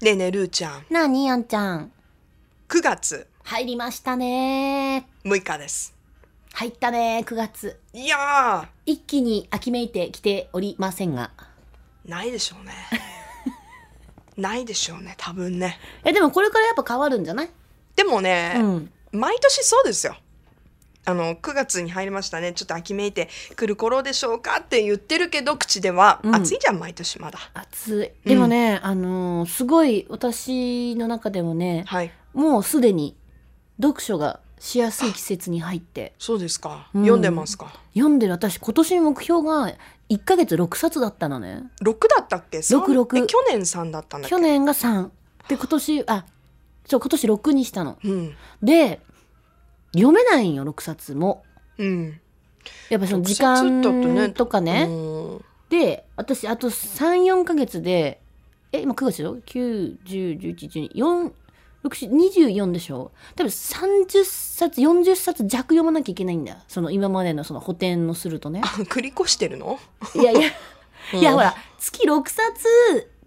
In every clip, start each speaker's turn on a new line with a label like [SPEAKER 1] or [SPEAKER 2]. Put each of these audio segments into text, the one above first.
[SPEAKER 1] ねえねえるーちゃん
[SPEAKER 2] なあにやんちゃん
[SPEAKER 1] 9月
[SPEAKER 2] 入りましたね
[SPEAKER 1] 6日です
[SPEAKER 2] 入ったね9月
[SPEAKER 1] いや
[SPEAKER 2] 一気に秋めいてきておりませんが
[SPEAKER 1] ーないでしょう ねないでしょうね多分ね
[SPEAKER 2] えでもこれからやっぱ変わるんじゃない
[SPEAKER 1] でもね、
[SPEAKER 2] うん
[SPEAKER 1] 毎年そうですよあの9月に入りましたねちょっと秋めいてくる頃でしょうかって言ってるけど口では、
[SPEAKER 2] うん
[SPEAKER 1] 暑いじゃん毎年まだ
[SPEAKER 2] 暑いでもね、あのーすごい私の中でもね
[SPEAKER 1] はい
[SPEAKER 2] もうすでに読書がしやすい季節に入って
[SPEAKER 1] そうですか、
[SPEAKER 2] うん
[SPEAKER 1] 読んでますか
[SPEAKER 2] 読んでる私今年の目標が1ヶ月6冊だったのね
[SPEAKER 1] 6だったっけ三
[SPEAKER 2] 六六
[SPEAKER 1] え去年3だったんだっけ
[SPEAKER 2] 去年が3で今年あそう今年6にしたの
[SPEAKER 1] うん
[SPEAKER 2] で読めないんよ6冊も
[SPEAKER 1] うん
[SPEAKER 2] やっぱその時
[SPEAKER 1] 直接だとね
[SPEAKER 2] 間とか
[SPEAKER 1] う
[SPEAKER 2] ね。
[SPEAKER 1] ん
[SPEAKER 2] で、私あと3、4ヶ月で、え、今9月でしょ ?9、10、11、12、4、6、24でしょ多分30冊、40冊弱読まなきゃいけないんだよ。その今までのその補填のするとね
[SPEAKER 1] あ。繰り越してるの
[SPEAKER 2] いやいや、いや
[SPEAKER 1] うん
[SPEAKER 2] ほら、月6冊、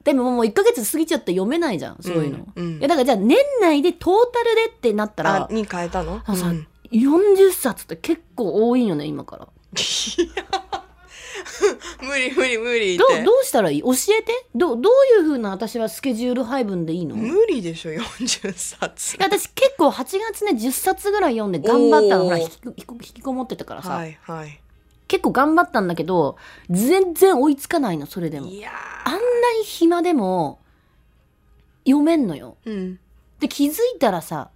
[SPEAKER 2] でももう1ヶ月過ぎちゃって読めないじゃん、そういうの。い
[SPEAKER 1] うんうん
[SPEAKER 2] やだからじゃあ年内でトータルでってなった
[SPEAKER 1] あ
[SPEAKER 2] ら、
[SPEAKER 1] に変えたの
[SPEAKER 2] あそう
[SPEAKER 1] うん
[SPEAKER 2] 40冊って結構多いんよね、今から。
[SPEAKER 1] 無理無理無理っ
[SPEAKER 2] ど
[SPEAKER 1] て
[SPEAKER 2] うどうしたらいい教えてどうどういう風な私はスケジュール配分でいいの
[SPEAKER 1] 無理でしょ40冊
[SPEAKER 2] 私結構8月ね10冊ぐらい読んで頑張ったの
[SPEAKER 1] おー
[SPEAKER 2] ほら引き引き引きこもってたからさ、
[SPEAKER 1] はいはい
[SPEAKER 2] 結構頑張ったんだけど全然追いつかないのそれでも
[SPEAKER 1] いや
[SPEAKER 2] あんなに暇でも読めんのよ
[SPEAKER 1] ーうん
[SPEAKER 2] で気づいたらさ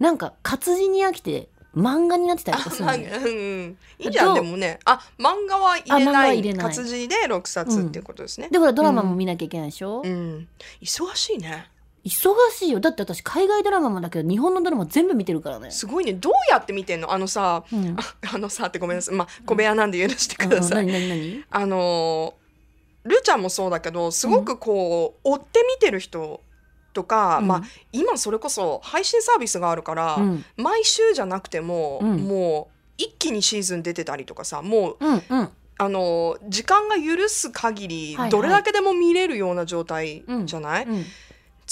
[SPEAKER 2] なんか活字に飽きて漫画になってたりとかするの
[SPEAKER 1] なん
[SPEAKER 2] よ
[SPEAKER 1] か うんいいじゃん
[SPEAKER 2] ど
[SPEAKER 1] で
[SPEAKER 2] う
[SPEAKER 1] もねあ漫画は入れ
[SPEAKER 2] あ漫画
[SPEAKER 1] な
[SPEAKER 2] はい入れない
[SPEAKER 1] 活字で6冊っていうことですね
[SPEAKER 2] でほらドラマも見なきゃいけないでしょ、
[SPEAKER 1] うん忙しいね
[SPEAKER 2] 忙しいよだって私海外ドラマもだけど日本のドラマ全部見てるからね、
[SPEAKER 1] すごいねどうやって見てんのあのさ
[SPEAKER 2] うん、
[SPEAKER 1] ああのさってごめんなさいまあ小部屋なんで許して
[SPEAKER 2] あ
[SPEAKER 1] くだ
[SPEAKER 2] の
[SPEAKER 1] さい
[SPEAKER 2] 何何何
[SPEAKER 1] あのールーちゃんもそうだけどすごくこう追って見てる人とか
[SPEAKER 2] うん
[SPEAKER 1] まあ今それこそ配信サービスがあるから
[SPEAKER 2] うん
[SPEAKER 1] 毎週じゃなくても、
[SPEAKER 2] うん
[SPEAKER 1] もう一気にシーズン出てたりとかさもう
[SPEAKER 2] うんうん
[SPEAKER 1] あの時間が許す限り、
[SPEAKER 2] はいはい
[SPEAKER 1] どれだけでも見れるような状態じゃない、
[SPEAKER 2] うん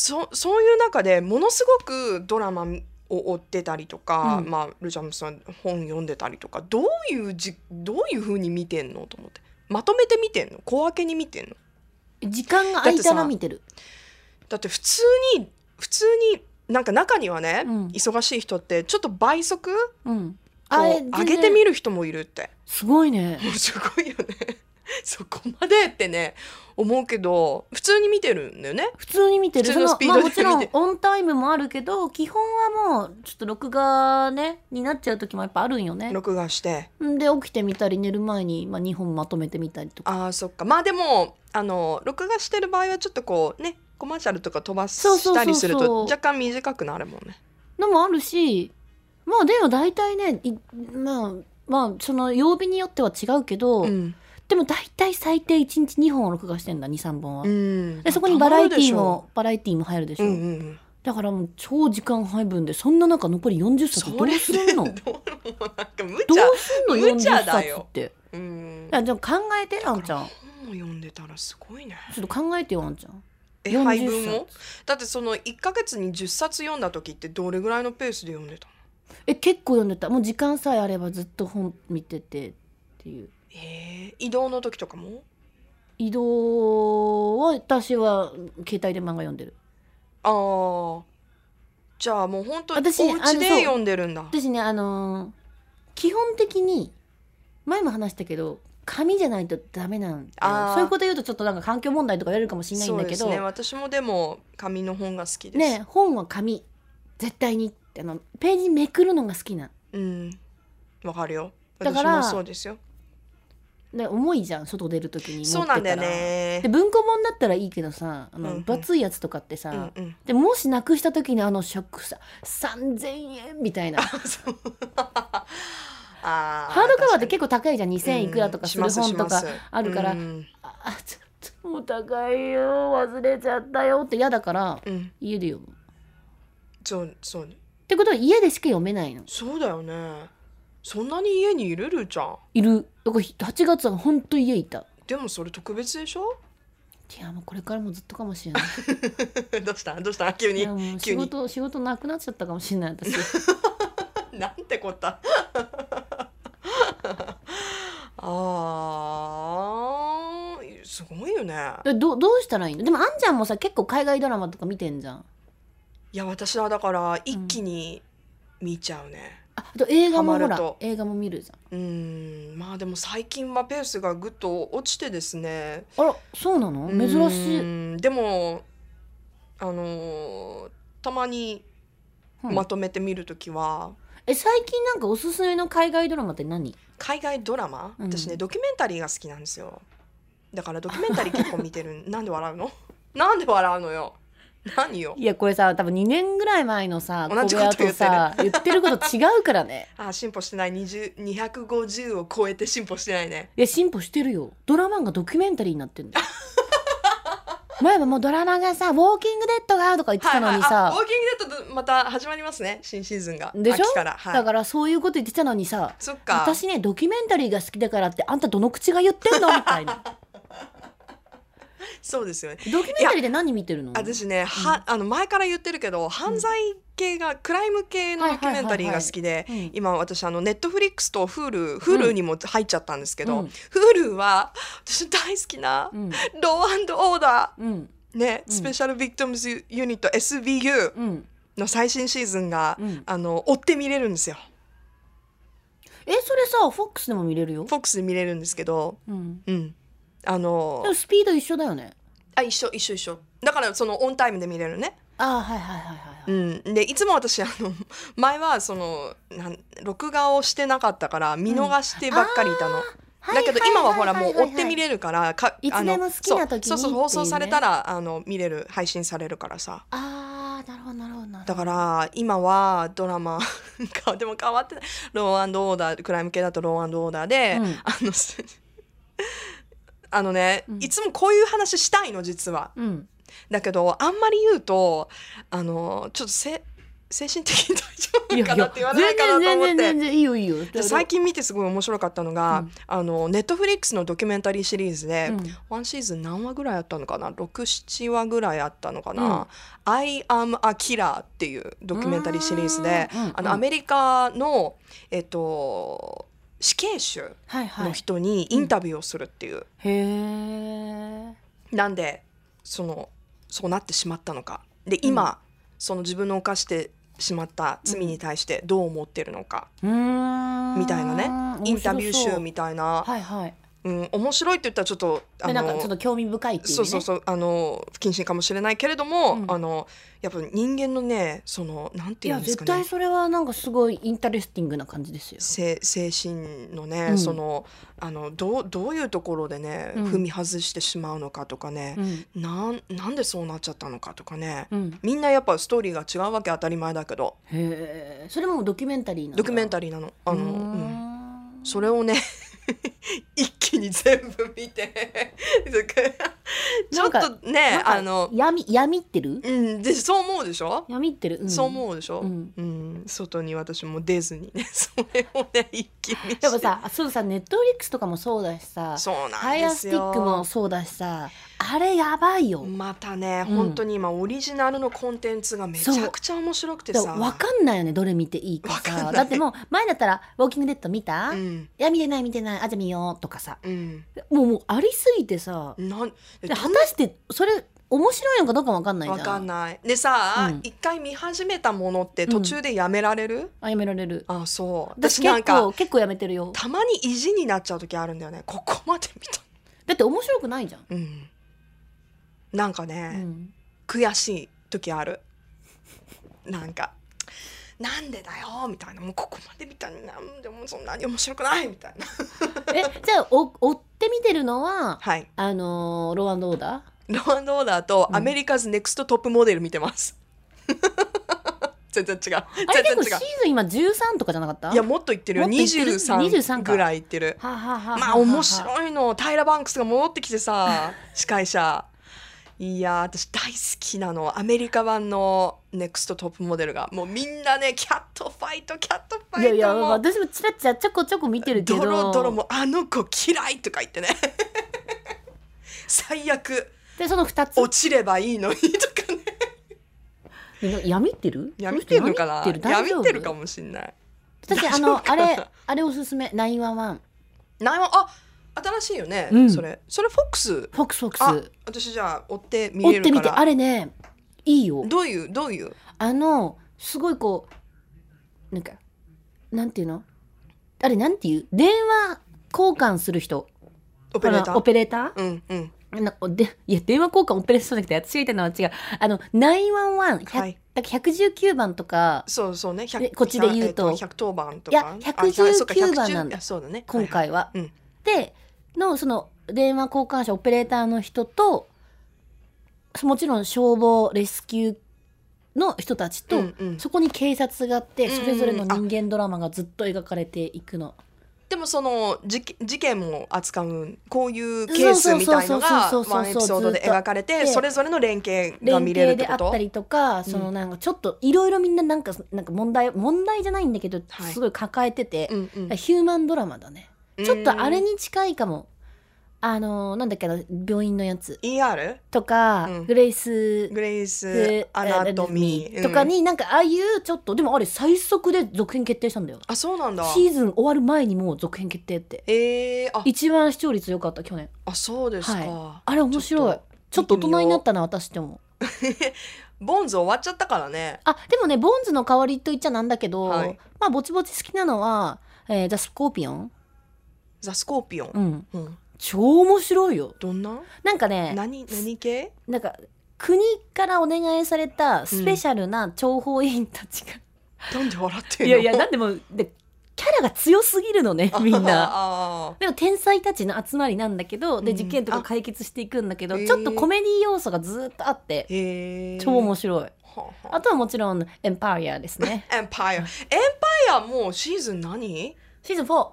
[SPEAKER 1] そそういう中でものすごくドラマを追ってたりとか、
[SPEAKER 2] うん
[SPEAKER 1] まあ、ルジャムさん本読んでたりとかどういうじどういうふうに見てんのと思ってまとめて見てんの小分けに見てんの
[SPEAKER 2] 時間が空いたら見てる
[SPEAKER 1] だって普通に普通になんか中にはね、
[SPEAKER 2] うん
[SPEAKER 1] 忙しい人ってちょっと倍速
[SPEAKER 2] うん
[SPEAKER 1] を
[SPEAKER 2] あえ
[SPEAKER 1] 上げてみる人もいるって。
[SPEAKER 2] すごいね
[SPEAKER 1] もうすごいよね そこまでってね思うけど普通に見てるんだよね
[SPEAKER 2] 普通に見てる
[SPEAKER 1] 普通の
[SPEAKER 2] そ
[SPEAKER 1] スピードで
[SPEAKER 2] まあ、もちろ
[SPEAKER 1] 見
[SPEAKER 2] ん
[SPEAKER 1] て
[SPEAKER 2] オンタイムもあるけど基本はもうちょっと録画ねになっちゃう時もやっぱあるんよね
[SPEAKER 1] 録画して
[SPEAKER 2] で起きてみたり寝る前に、まあ、2本まとめてみたりとか
[SPEAKER 1] ああそっかまあでもあの録画してる場合はちょっとこうねコマーシャルとか飛ば
[SPEAKER 2] そうそうそ
[SPEAKER 1] した
[SPEAKER 2] うそう
[SPEAKER 1] りすると若干短くなるもんね
[SPEAKER 2] のもあるしまあでも大体ねいまあまあその曜日によっては違うけど、
[SPEAKER 1] うん、
[SPEAKER 2] でも大体最低1日2本は録画してんだ23本は、
[SPEAKER 1] うん、
[SPEAKER 2] でそこにバラエティー
[SPEAKER 1] も
[SPEAKER 2] もバラエティーも入るでし
[SPEAKER 1] う
[SPEAKER 2] ょ、
[SPEAKER 1] んうんうん
[SPEAKER 2] だからもう超時間配分でそんな中残り40冊どうするの
[SPEAKER 1] それ でどうもなんか無
[SPEAKER 2] どう
[SPEAKER 1] 茶
[SPEAKER 2] すんの
[SPEAKER 1] 無
[SPEAKER 2] 40
[SPEAKER 1] 茶
[SPEAKER 2] 冊
[SPEAKER 1] だよ
[SPEAKER 2] って
[SPEAKER 1] うん
[SPEAKER 2] いやでも考えてあんちゃん
[SPEAKER 1] 本を読んでたらすごいね
[SPEAKER 2] ちょっと考えてよあんちゃん
[SPEAKER 1] え
[SPEAKER 2] 40
[SPEAKER 1] 配分も
[SPEAKER 2] 冊
[SPEAKER 1] だってその1か月に10冊読んだ時ってどれぐらいのペースで読んでたの
[SPEAKER 2] え結構読んでたもう時間さえあればずっと本見ててっていう
[SPEAKER 1] えー、移動の時とかも
[SPEAKER 2] 移動は私は携帯で漫画読んでる
[SPEAKER 1] ああじゃあもう本当に
[SPEAKER 2] 私
[SPEAKER 1] お
[SPEAKER 2] あ
[SPEAKER 1] 家
[SPEAKER 2] の
[SPEAKER 1] で
[SPEAKER 2] そう
[SPEAKER 1] 読んでるんだ
[SPEAKER 2] 私ねあのー基本的に前も話したけど紙じゃないとダメなんだ
[SPEAKER 1] あー
[SPEAKER 2] よそういうこと言うとちょっとなんか環境問題とか言われるかもしれないん
[SPEAKER 1] そう
[SPEAKER 2] だ
[SPEAKER 1] で
[SPEAKER 2] け
[SPEAKER 1] す
[SPEAKER 2] ど
[SPEAKER 1] ね私もでも紙の本が好きです
[SPEAKER 2] ね本は紙絶対にあのページめくるのが好きな
[SPEAKER 1] うんわかるよ
[SPEAKER 2] だ
[SPEAKER 1] 私
[SPEAKER 2] から
[SPEAKER 1] もそうですよ
[SPEAKER 2] で重いじゃん外出る時に持ってた
[SPEAKER 1] そ
[SPEAKER 2] ら
[SPEAKER 1] うなんだよね
[SPEAKER 2] で文庫本だったらいいけどさあの、
[SPEAKER 1] うんうん
[SPEAKER 2] 分厚いやつとかってさ、
[SPEAKER 1] うんうん
[SPEAKER 2] でもしなくした時にあのショックさ3,000円みたいなハ
[SPEAKER 1] そうあ
[SPEAKER 2] ードカバーって
[SPEAKER 1] 結
[SPEAKER 2] 結構高いじゃん2,000円いくらとかする本とかあるから、
[SPEAKER 1] うん
[SPEAKER 2] ああちょっともう高いよ忘れちゃったよって嫌だから
[SPEAKER 1] うん
[SPEAKER 2] 家で読む。
[SPEAKER 1] そうそう
[SPEAKER 2] ってことは家でしか読めないの
[SPEAKER 1] そうだよねそんなに家にいるるーちゃん
[SPEAKER 2] いるだから8月はほんと家いた
[SPEAKER 1] でもそれ特別でしょ
[SPEAKER 2] いやもうこれからもずっとかもしれない
[SPEAKER 1] どうしたどうした急
[SPEAKER 2] い
[SPEAKER 1] に
[SPEAKER 2] やもう
[SPEAKER 1] 急
[SPEAKER 2] 仕
[SPEAKER 1] に
[SPEAKER 2] 事仕事なくなっちゃったかもしれない私
[SPEAKER 1] なんてこったあーすごいよね
[SPEAKER 2] えどどうしたらいいのでもあんちゃんもさ結構海外ドラマとか見てんじゃん
[SPEAKER 1] いや私はだから一気に見ちゃうね
[SPEAKER 2] ああと映画も
[SPEAKER 1] ハ
[SPEAKER 2] ほ
[SPEAKER 1] マる
[SPEAKER 2] ら
[SPEAKER 1] と
[SPEAKER 2] 映画も見るじゃん
[SPEAKER 1] うんまあでも最近はペースがぐっと落ちてですね
[SPEAKER 2] あらそうなの珍しい、
[SPEAKER 1] いでもあのーたまに
[SPEAKER 2] うん
[SPEAKER 1] まとめて見るときは、
[SPEAKER 2] え最近なんかおすすめの海外ドラマって何
[SPEAKER 1] 海外ドラマ
[SPEAKER 2] うん
[SPEAKER 1] 私ね、ドキュメンタリーが好きなんですよだからドキュメンタリー結構見て るなんで笑うのなんで笑うのよ何よ
[SPEAKER 2] いやこれさ多分2年ぐらい前のさ
[SPEAKER 1] 同じこと
[SPEAKER 2] 小部屋さ言ってること違うか らね
[SPEAKER 1] あ進歩してない20 250を超えて進歩してないね
[SPEAKER 2] いや進歩してるよドラマがドキュメンタリーになって んだよ前はもうドラマがさ「ウォーキングデッドが」とか言ってたのにさ、
[SPEAKER 1] はいはいあウォーキングデッドとまた始まりますね新シーズンが
[SPEAKER 2] でしょ
[SPEAKER 1] 秋から、はい、
[SPEAKER 2] だからそういうこと言ってたのにさ
[SPEAKER 1] そっか
[SPEAKER 2] 私ねドキュメンタリーが好きだからってあんたどの口が言ってんのみたいな
[SPEAKER 1] そうですよね
[SPEAKER 2] ドキュメンタリーで何見てるの
[SPEAKER 1] 私ね、はあの前から言ってるけど犯罪系が、クライム系の
[SPEAKER 2] はい
[SPEAKER 1] ド
[SPEAKER 2] はい
[SPEAKER 1] キ
[SPEAKER 2] は
[SPEAKER 1] ュメ
[SPEAKER 2] いはい
[SPEAKER 1] ンタリーが好きで、
[SPEAKER 2] うん
[SPEAKER 1] 今私あのネットフリックスと HuluHulu にも入っちゃったんですけど、
[SPEAKER 2] うん
[SPEAKER 1] Hulu は私の大好きな、
[SPEAKER 2] うん
[SPEAKER 1] ローオーダ
[SPEAKER 2] うん
[SPEAKER 1] ーね、
[SPEAKER 2] うん
[SPEAKER 1] スペシャルビクトムズユニット SVU
[SPEAKER 2] うん
[SPEAKER 1] の最新シーズンが、
[SPEAKER 2] うん
[SPEAKER 1] あの追って見れるんですよ
[SPEAKER 2] えそれさフォックスでも見れるよ、
[SPEAKER 1] FOX で見れるんですけど
[SPEAKER 2] うん、
[SPEAKER 1] うんあの
[SPEAKER 2] でもスピード一緒だよね
[SPEAKER 1] あ一緒一緒一緒だからそのオンタイムで見れるね
[SPEAKER 2] あーはいはいはいはいはい、
[SPEAKER 1] うん、でいつも私あの前はそのなん録画をしてなかったから見逃してばっかりいたの、だけど今はほらもう追って見
[SPEAKER 2] る
[SPEAKER 1] れるからか
[SPEAKER 2] いつでも
[SPEAKER 1] あの
[SPEAKER 2] 好きな時に
[SPEAKER 1] そうそうそう
[SPEAKER 2] っていうね
[SPEAKER 1] 放送されたらあの見れる配信されるからさ
[SPEAKER 2] あーなるほどなるほどなるほ
[SPEAKER 1] だ
[SPEAKER 2] ど
[SPEAKER 1] から今はドラマ かでも変わってないローアンドオーダークライム系だとローアンドオーダーで、
[SPEAKER 2] うん
[SPEAKER 1] あのす あのね、
[SPEAKER 2] うん
[SPEAKER 1] いつもこういう話したいの実は
[SPEAKER 2] うん
[SPEAKER 1] だけどあんまり言うとあのちょっとせ精神的に大丈夫かなって言われないかなと思って
[SPEAKER 2] 全然全然全然いいよいいよ
[SPEAKER 1] で最近見てすごい面白かったのが、
[SPEAKER 2] うん
[SPEAKER 1] あのネットフリックスのドキュメンタリーシリーズで、
[SPEAKER 2] うん
[SPEAKER 1] ワンシーズン何話ぐらいあったのかな67話ぐらいあったのかな「I am a killer」っていうドキュメンタリーシリーズで、
[SPEAKER 2] うんうん
[SPEAKER 1] あのアメリカの、えっと、死刑囚
[SPEAKER 2] はいは
[SPEAKER 1] の
[SPEAKER 2] い
[SPEAKER 1] 人にインタビューをするっていう、
[SPEAKER 2] へえ
[SPEAKER 1] なんでそのそうなってしまったのかで今、その自分の犯してしまった罪に対してどう思ってるのか、
[SPEAKER 2] うーん
[SPEAKER 1] みたいなねインタビュー集
[SPEAKER 2] た
[SPEAKER 1] みたいな、
[SPEAKER 2] はいはい
[SPEAKER 1] うん、面白いって言ったらちょっとあ
[SPEAKER 2] でなんかちょっ
[SPEAKER 1] の
[SPEAKER 2] と興味深いっていうね
[SPEAKER 1] そうそうそうあの不謹慎かもしれないけれども、
[SPEAKER 2] うん
[SPEAKER 1] あのやっぱ人間のねそのなんて
[SPEAKER 2] い
[SPEAKER 1] いうん
[SPEAKER 2] や
[SPEAKER 1] ですか
[SPEAKER 2] 絶
[SPEAKER 1] ね
[SPEAKER 2] 対それはなんかすごいインタレスティングな感じですよ
[SPEAKER 1] せ精神のね、
[SPEAKER 2] うん
[SPEAKER 1] そのあのどうどういうところでね、
[SPEAKER 2] うん
[SPEAKER 1] 踏み外してしまうのかとかね、
[SPEAKER 2] うん
[SPEAKER 1] なんなんでそうなっちゃったのかとかね、
[SPEAKER 2] うん
[SPEAKER 1] みんなやっぱストーリーが違うわけ当たり前だけど
[SPEAKER 2] へえそれもドキュメンタリーなんだ
[SPEAKER 1] ドキュメン
[SPEAKER 2] タ
[SPEAKER 1] タリーなのあの、うん、
[SPEAKER 2] ん
[SPEAKER 1] それをね 一気に全部見 てちょっ
[SPEAKER 2] なん
[SPEAKER 1] とねあの、
[SPEAKER 2] 闇闇ってる
[SPEAKER 1] うん、でそう思うでしょ、
[SPEAKER 2] 闇ってる、ん
[SPEAKER 1] そう思うでしょ、う
[SPEAKER 2] うんん
[SPEAKER 1] 外に私も出ずにね それをね一気にして
[SPEAKER 2] でもさそうさネットフリックスとかもそうだしさ
[SPEAKER 1] そうな
[SPEAKER 2] ファ
[SPEAKER 1] ん
[SPEAKER 2] イ
[SPEAKER 1] で
[SPEAKER 2] アス
[SPEAKER 1] す
[SPEAKER 2] ティックも
[SPEAKER 1] よ
[SPEAKER 2] そうだしさあれやばいよ、
[SPEAKER 1] またね、
[SPEAKER 2] うん
[SPEAKER 1] 本当に今オリジナルのコンテンツがめちゃくちゃ面白くて
[SPEAKER 2] で
[SPEAKER 1] さ
[SPEAKER 2] も分かんないよねどれ見ていいか
[SPEAKER 1] わかんな
[SPEAKER 2] さ
[SPEAKER 1] い
[SPEAKER 2] だってもう前だったら「ウォーキングデッド見た
[SPEAKER 1] う
[SPEAKER 2] い
[SPEAKER 1] ん
[SPEAKER 2] や見てない見てないあじゃあ見よう」とかさ
[SPEAKER 1] うん
[SPEAKER 2] もうもうありすぎてさ
[SPEAKER 1] なん
[SPEAKER 2] で果たしてそれ面白いのかどうかも分かんないじゃ
[SPEAKER 1] わ
[SPEAKER 2] ん
[SPEAKER 1] かんないでさ
[SPEAKER 2] うん
[SPEAKER 1] 一、回見始めたものって途中でやめられる、
[SPEAKER 2] あやめられる
[SPEAKER 1] あそう
[SPEAKER 2] 私
[SPEAKER 1] 私なん
[SPEAKER 2] 結
[SPEAKER 1] か
[SPEAKER 2] 構結構やめてるよ
[SPEAKER 1] たまに意地になっちゃう時あるんだよねここまで見た
[SPEAKER 2] だって面白くないじゃん、
[SPEAKER 1] うんなんか
[SPEAKER 2] う
[SPEAKER 1] ね、
[SPEAKER 2] ん、
[SPEAKER 1] 悔しい時あるなんかなんでだよみたいなもうここまで見たのになんでもそんなに面白くないみたいな
[SPEAKER 2] えじゃあお追って見てるのは
[SPEAKER 1] はい
[SPEAKER 2] あのーローアンドオーダ
[SPEAKER 1] ロアンドオーダーと
[SPEAKER 2] うん
[SPEAKER 1] アメリカズネクストトップモデル見て ます、全然違う
[SPEAKER 2] ーあれ結
[SPEAKER 1] 全
[SPEAKER 2] 構シ
[SPEAKER 1] 然
[SPEAKER 2] ー
[SPEAKER 1] 違
[SPEAKER 2] ズン今13とかじゃなかった
[SPEAKER 1] ういやもっと言ってるよ
[SPEAKER 2] もっと言ってる
[SPEAKER 1] 23
[SPEAKER 2] 23か
[SPEAKER 1] ぐらい言ってる
[SPEAKER 2] はあはあはあはあはあ
[SPEAKER 1] まあ面白いのタイラ・バンクスが戻ってきて さ司会者いやー私大好きなのアメリカ版のネクストトップモデルがもうみんなねキャットファイトキャットフ
[SPEAKER 2] い
[SPEAKER 1] ァ
[SPEAKER 2] や
[SPEAKER 1] イ
[SPEAKER 2] いや
[SPEAKER 1] トもう
[SPEAKER 2] 私もちらちらちょこちょこ見てるけど
[SPEAKER 1] ドロドロもうあの子嫌いとか言ってね 最悪
[SPEAKER 2] でその2つ
[SPEAKER 1] 落ちればいいのにとか ね
[SPEAKER 2] 闇ってる
[SPEAKER 1] 闇ってるのかな
[SPEAKER 2] 闇ってる大丈夫
[SPEAKER 1] 闇ってるかもしんない
[SPEAKER 2] 私あ
[SPEAKER 1] 大丈夫
[SPEAKER 2] のあ
[SPEAKER 1] かな
[SPEAKER 2] れあれおすすめ911
[SPEAKER 1] ないわあ新しいよね、
[SPEAKER 2] うん
[SPEAKER 1] それそれフォックス
[SPEAKER 2] フォックスフォ
[SPEAKER 1] あ
[SPEAKER 2] ックス
[SPEAKER 1] 私じゃあ追って見
[SPEAKER 2] 追
[SPEAKER 1] れ
[SPEAKER 2] って
[SPEAKER 1] る
[SPEAKER 2] み
[SPEAKER 1] か
[SPEAKER 2] て
[SPEAKER 1] ら
[SPEAKER 2] あれねいいよ
[SPEAKER 1] どういうどういう
[SPEAKER 2] あのすごいこうなんかなんていうのあれなんていう電話交換する人
[SPEAKER 1] オペレータ
[SPEAKER 2] ほらオ
[SPEAKER 1] ー
[SPEAKER 2] ペレータ
[SPEAKER 1] うんうん
[SPEAKER 2] ーなんかでいや電話交換オペレーターじゃなくて私が言ったのは違うあの911、100
[SPEAKER 1] はい
[SPEAKER 2] だから119番とか
[SPEAKER 1] そうそうね100
[SPEAKER 2] でこっちで言うと
[SPEAKER 1] えっ110番とか
[SPEAKER 2] いや
[SPEAKER 1] あそうか
[SPEAKER 2] 119番なんだ
[SPEAKER 1] 110そうだね
[SPEAKER 2] 今回は。
[SPEAKER 1] うん
[SPEAKER 2] でのその電話交換者オペレーターの人ともちろん消防レスキューの人たちと、
[SPEAKER 1] うんうん
[SPEAKER 2] そこに警察があって
[SPEAKER 1] うんうん
[SPEAKER 2] それぞれの人間ドラマがずっと描かれていくの。
[SPEAKER 1] でもその事件事件も扱うこういうケースみたいのが
[SPEAKER 2] そうそうそうそうそう
[SPEAKER 1] ワンエピソードで描かれて
[SPEAKER 2] ずっと
[SPEAKER 1] それぞれの連携が
[SPEAKER 2] 連
[SPEAKER 1] 見れるっ
[SPEAKER 2] 携
[SPEAKER 1] て
[SPEAKER 2] であ
[SPEAKER 1] こ
[SPEAKER 2] っ
[SPEAKER 1] と
[SPEAKER 2] たりとか、そのなんかちょっといろいろみんななんかなんか問題問題じゃないんだけど
[SPEAKER 1] はい
[SPEAKER 2] すごい抱えてて、
[SPEAKER 1] うんうん
[SPEAKER 2] ヒューマンドラマだね、ちょっとあれ
[SPEAKER 1] うん
[SPEAKER 2] に近いかもあのなんだっけな病院のやつ
[SPEAKER 1] ER
[SPEAKER 2] とか、
[SPEAKER 1] うん
[SPEAKER 2] グレイス
[SPEAKER 1] グレイス
[SPEAKER 2] で
[SPEAKER 1] アナトミー
[SPEAKER 2] とかになんかああいうちょっとでもあれ最速で続編決定したんだよ
[SPEAKER 1] あそうなんだ
[SPEAKER 2] シーズン終わる前にもう続編決定って
[SPEAKER 1] えー、あ
[SPEAKER 2] 一番視聴率良かった去年
[SPEAKER 1] あそうですか、
[SPEAKER 2] はあれ面白い
[SPEAKER 1] ちょっ
[SPEAKER 2] ちょっと大人になったな私って思う
[SPEAKER 1] ボンズ終わっちゃったからね
[SPEAKER 2] あでもねボンズの代わりと言っちゃなんだけど、
[SPEAKER 1] はい
[SPEAKER 2] まあぼちぼち好きなのは、えー、ザ・スコーピオン
[SPEAKER 1] ザ・スコーピオン
[SPEAKER 2] う、ん
[SPEAKER 1] うん、
[SPEAKER 2] 超面白いよ
[SPEAKER 1] どんな
[SPEAKER 2] なんかね
[SPEAKER 1] 何何系
[SPEAKER 2] なんか国からお願いされたスペシャルな諜報員たちが、
[SPEAKER 1] なんで笑ってんの
[SPEAKER 2] いやいやなんでもでキャラが強すぎるのねみんな
[SPEAKER 1] あ
[SPEAKER 2] でも天才たちの集まりなんだけどで
[SPEAKER 1] うん
[SPEAKER 2] 事件とか解決していくんだけど、
[SPEAKER 1] あ
[SPEAKER 2] ちょっとコメディ要素がずっとあって
[SPEAKER 1] ーへえ
[SPEAKER 2] 超面白いあ
[SPEAKER 1] い
[SPEAKER 2] とはもちろん「エンパイア」です ね
[SPEAKER 1] エンパイアエンパイアもうシーズン何
[SPEAKER 2] シーズン4、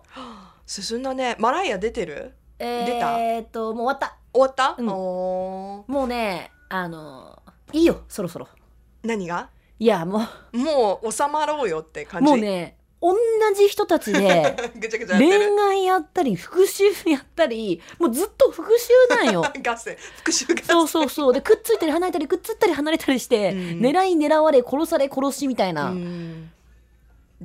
[SPEAKER 1] 進んだねマライア出てる
[SPEAKER 2] えー、っともう終わった
[SPEAKER 1] 終わった、
[SPEAKER 2] うん
[SPEAKER 1] おー
[SPEAKER 2] もうねあのいいよそろそろ
[SPEAKER 1] 何が
[SPEAKER 2] いやも
[SPEAKER 1] もう収まろうよって
[SPEAKER 2] う
[SPEAKER 1] 感じ
[SPEAKER 2] もうね同じ人たちで
[SPEAKER 1] ぐちゃぐちゃやっ
[SPEAKER 2] 恋
[SPEAKER 1] てる
[SPEAKER 2] 愛やったり復讐やったりもうずっと復讐なん よ
[SPEAKER 1] 合戦復讐合戦
[SPEAKER 2] そうそうそうでくっついたり離れたりくっつったり離れたりして、
[SPEAKER 1] うん
[SPEAKER 2] 狙い狙われ殺され殺しみたいな、
[SPEAKER 1] う
[SPEAKER 2] も
[SPEAKER 1] ん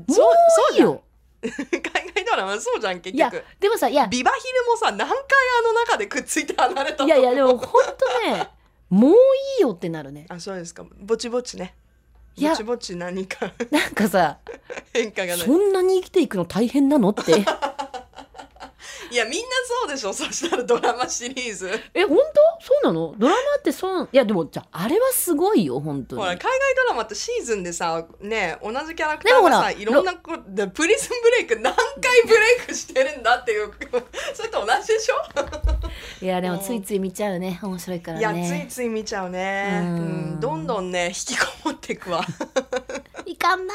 [SPEAKER 2] う
[SPEAKER 1] そう そう
[SPEAKER 2] いい
[SPEAKER 1] じゃん
[SPEAKER 2] よ
[SPEAKER 1] 海外ドラマそうじゃん結
[SPEAKER 2] いや
[SPEAKER 1] 局
[SPEAKER 2] でもさいや
[SPEAKER 1] ビバヒルもさ何回あの中でくっついて離れたの
[SPEAKER 2] いやいやでもほんとねもういいよってなるね
[SPEAKER 1] あそうですかぼちぼちね
[SPEAKER 2] いや
[SPEAKER 1] ぼちぼち何か
[SPEAKER 2] なんかさ
[SPEAKER 1] 変化がない
[SPEAKER 2] そんなに生きていくの大変なのって
[SPEAKER 1] いやみんなそうでしょそしたらドラマシリーズ
[SPEAKER 2] え本当そうなのドラマってそういやでもじゃああれはすごいよ本当
[SPEAKER 1] ほら海
[SPEAKER 2] に
[SPEAKER 1] 外ドラマってシーズンでさね同じキャラクタ
[SPEAKER 2] でも
[SPEAKER 1] ー
[SPEAKER 2] ほ
[SPEAKER 1] が
[SPEAKER 2] ら
[SPEAKER 1] さいろんなこでプリズンブレイク何回ブレイクしてるんだっていう それと同じでしょ、
[SPEAKER 2] いやでもついつい見ちゃうね面白いから
[SPEAKER 1] いやつい
[SPEAKER 2] ね
[SPEAKER 1] つい見ちゃうね
[SPEAKER 2] う
[SPEAKER 1] うんんどんどんね引きこもっていくわ
[SPEAKER 2] いかんな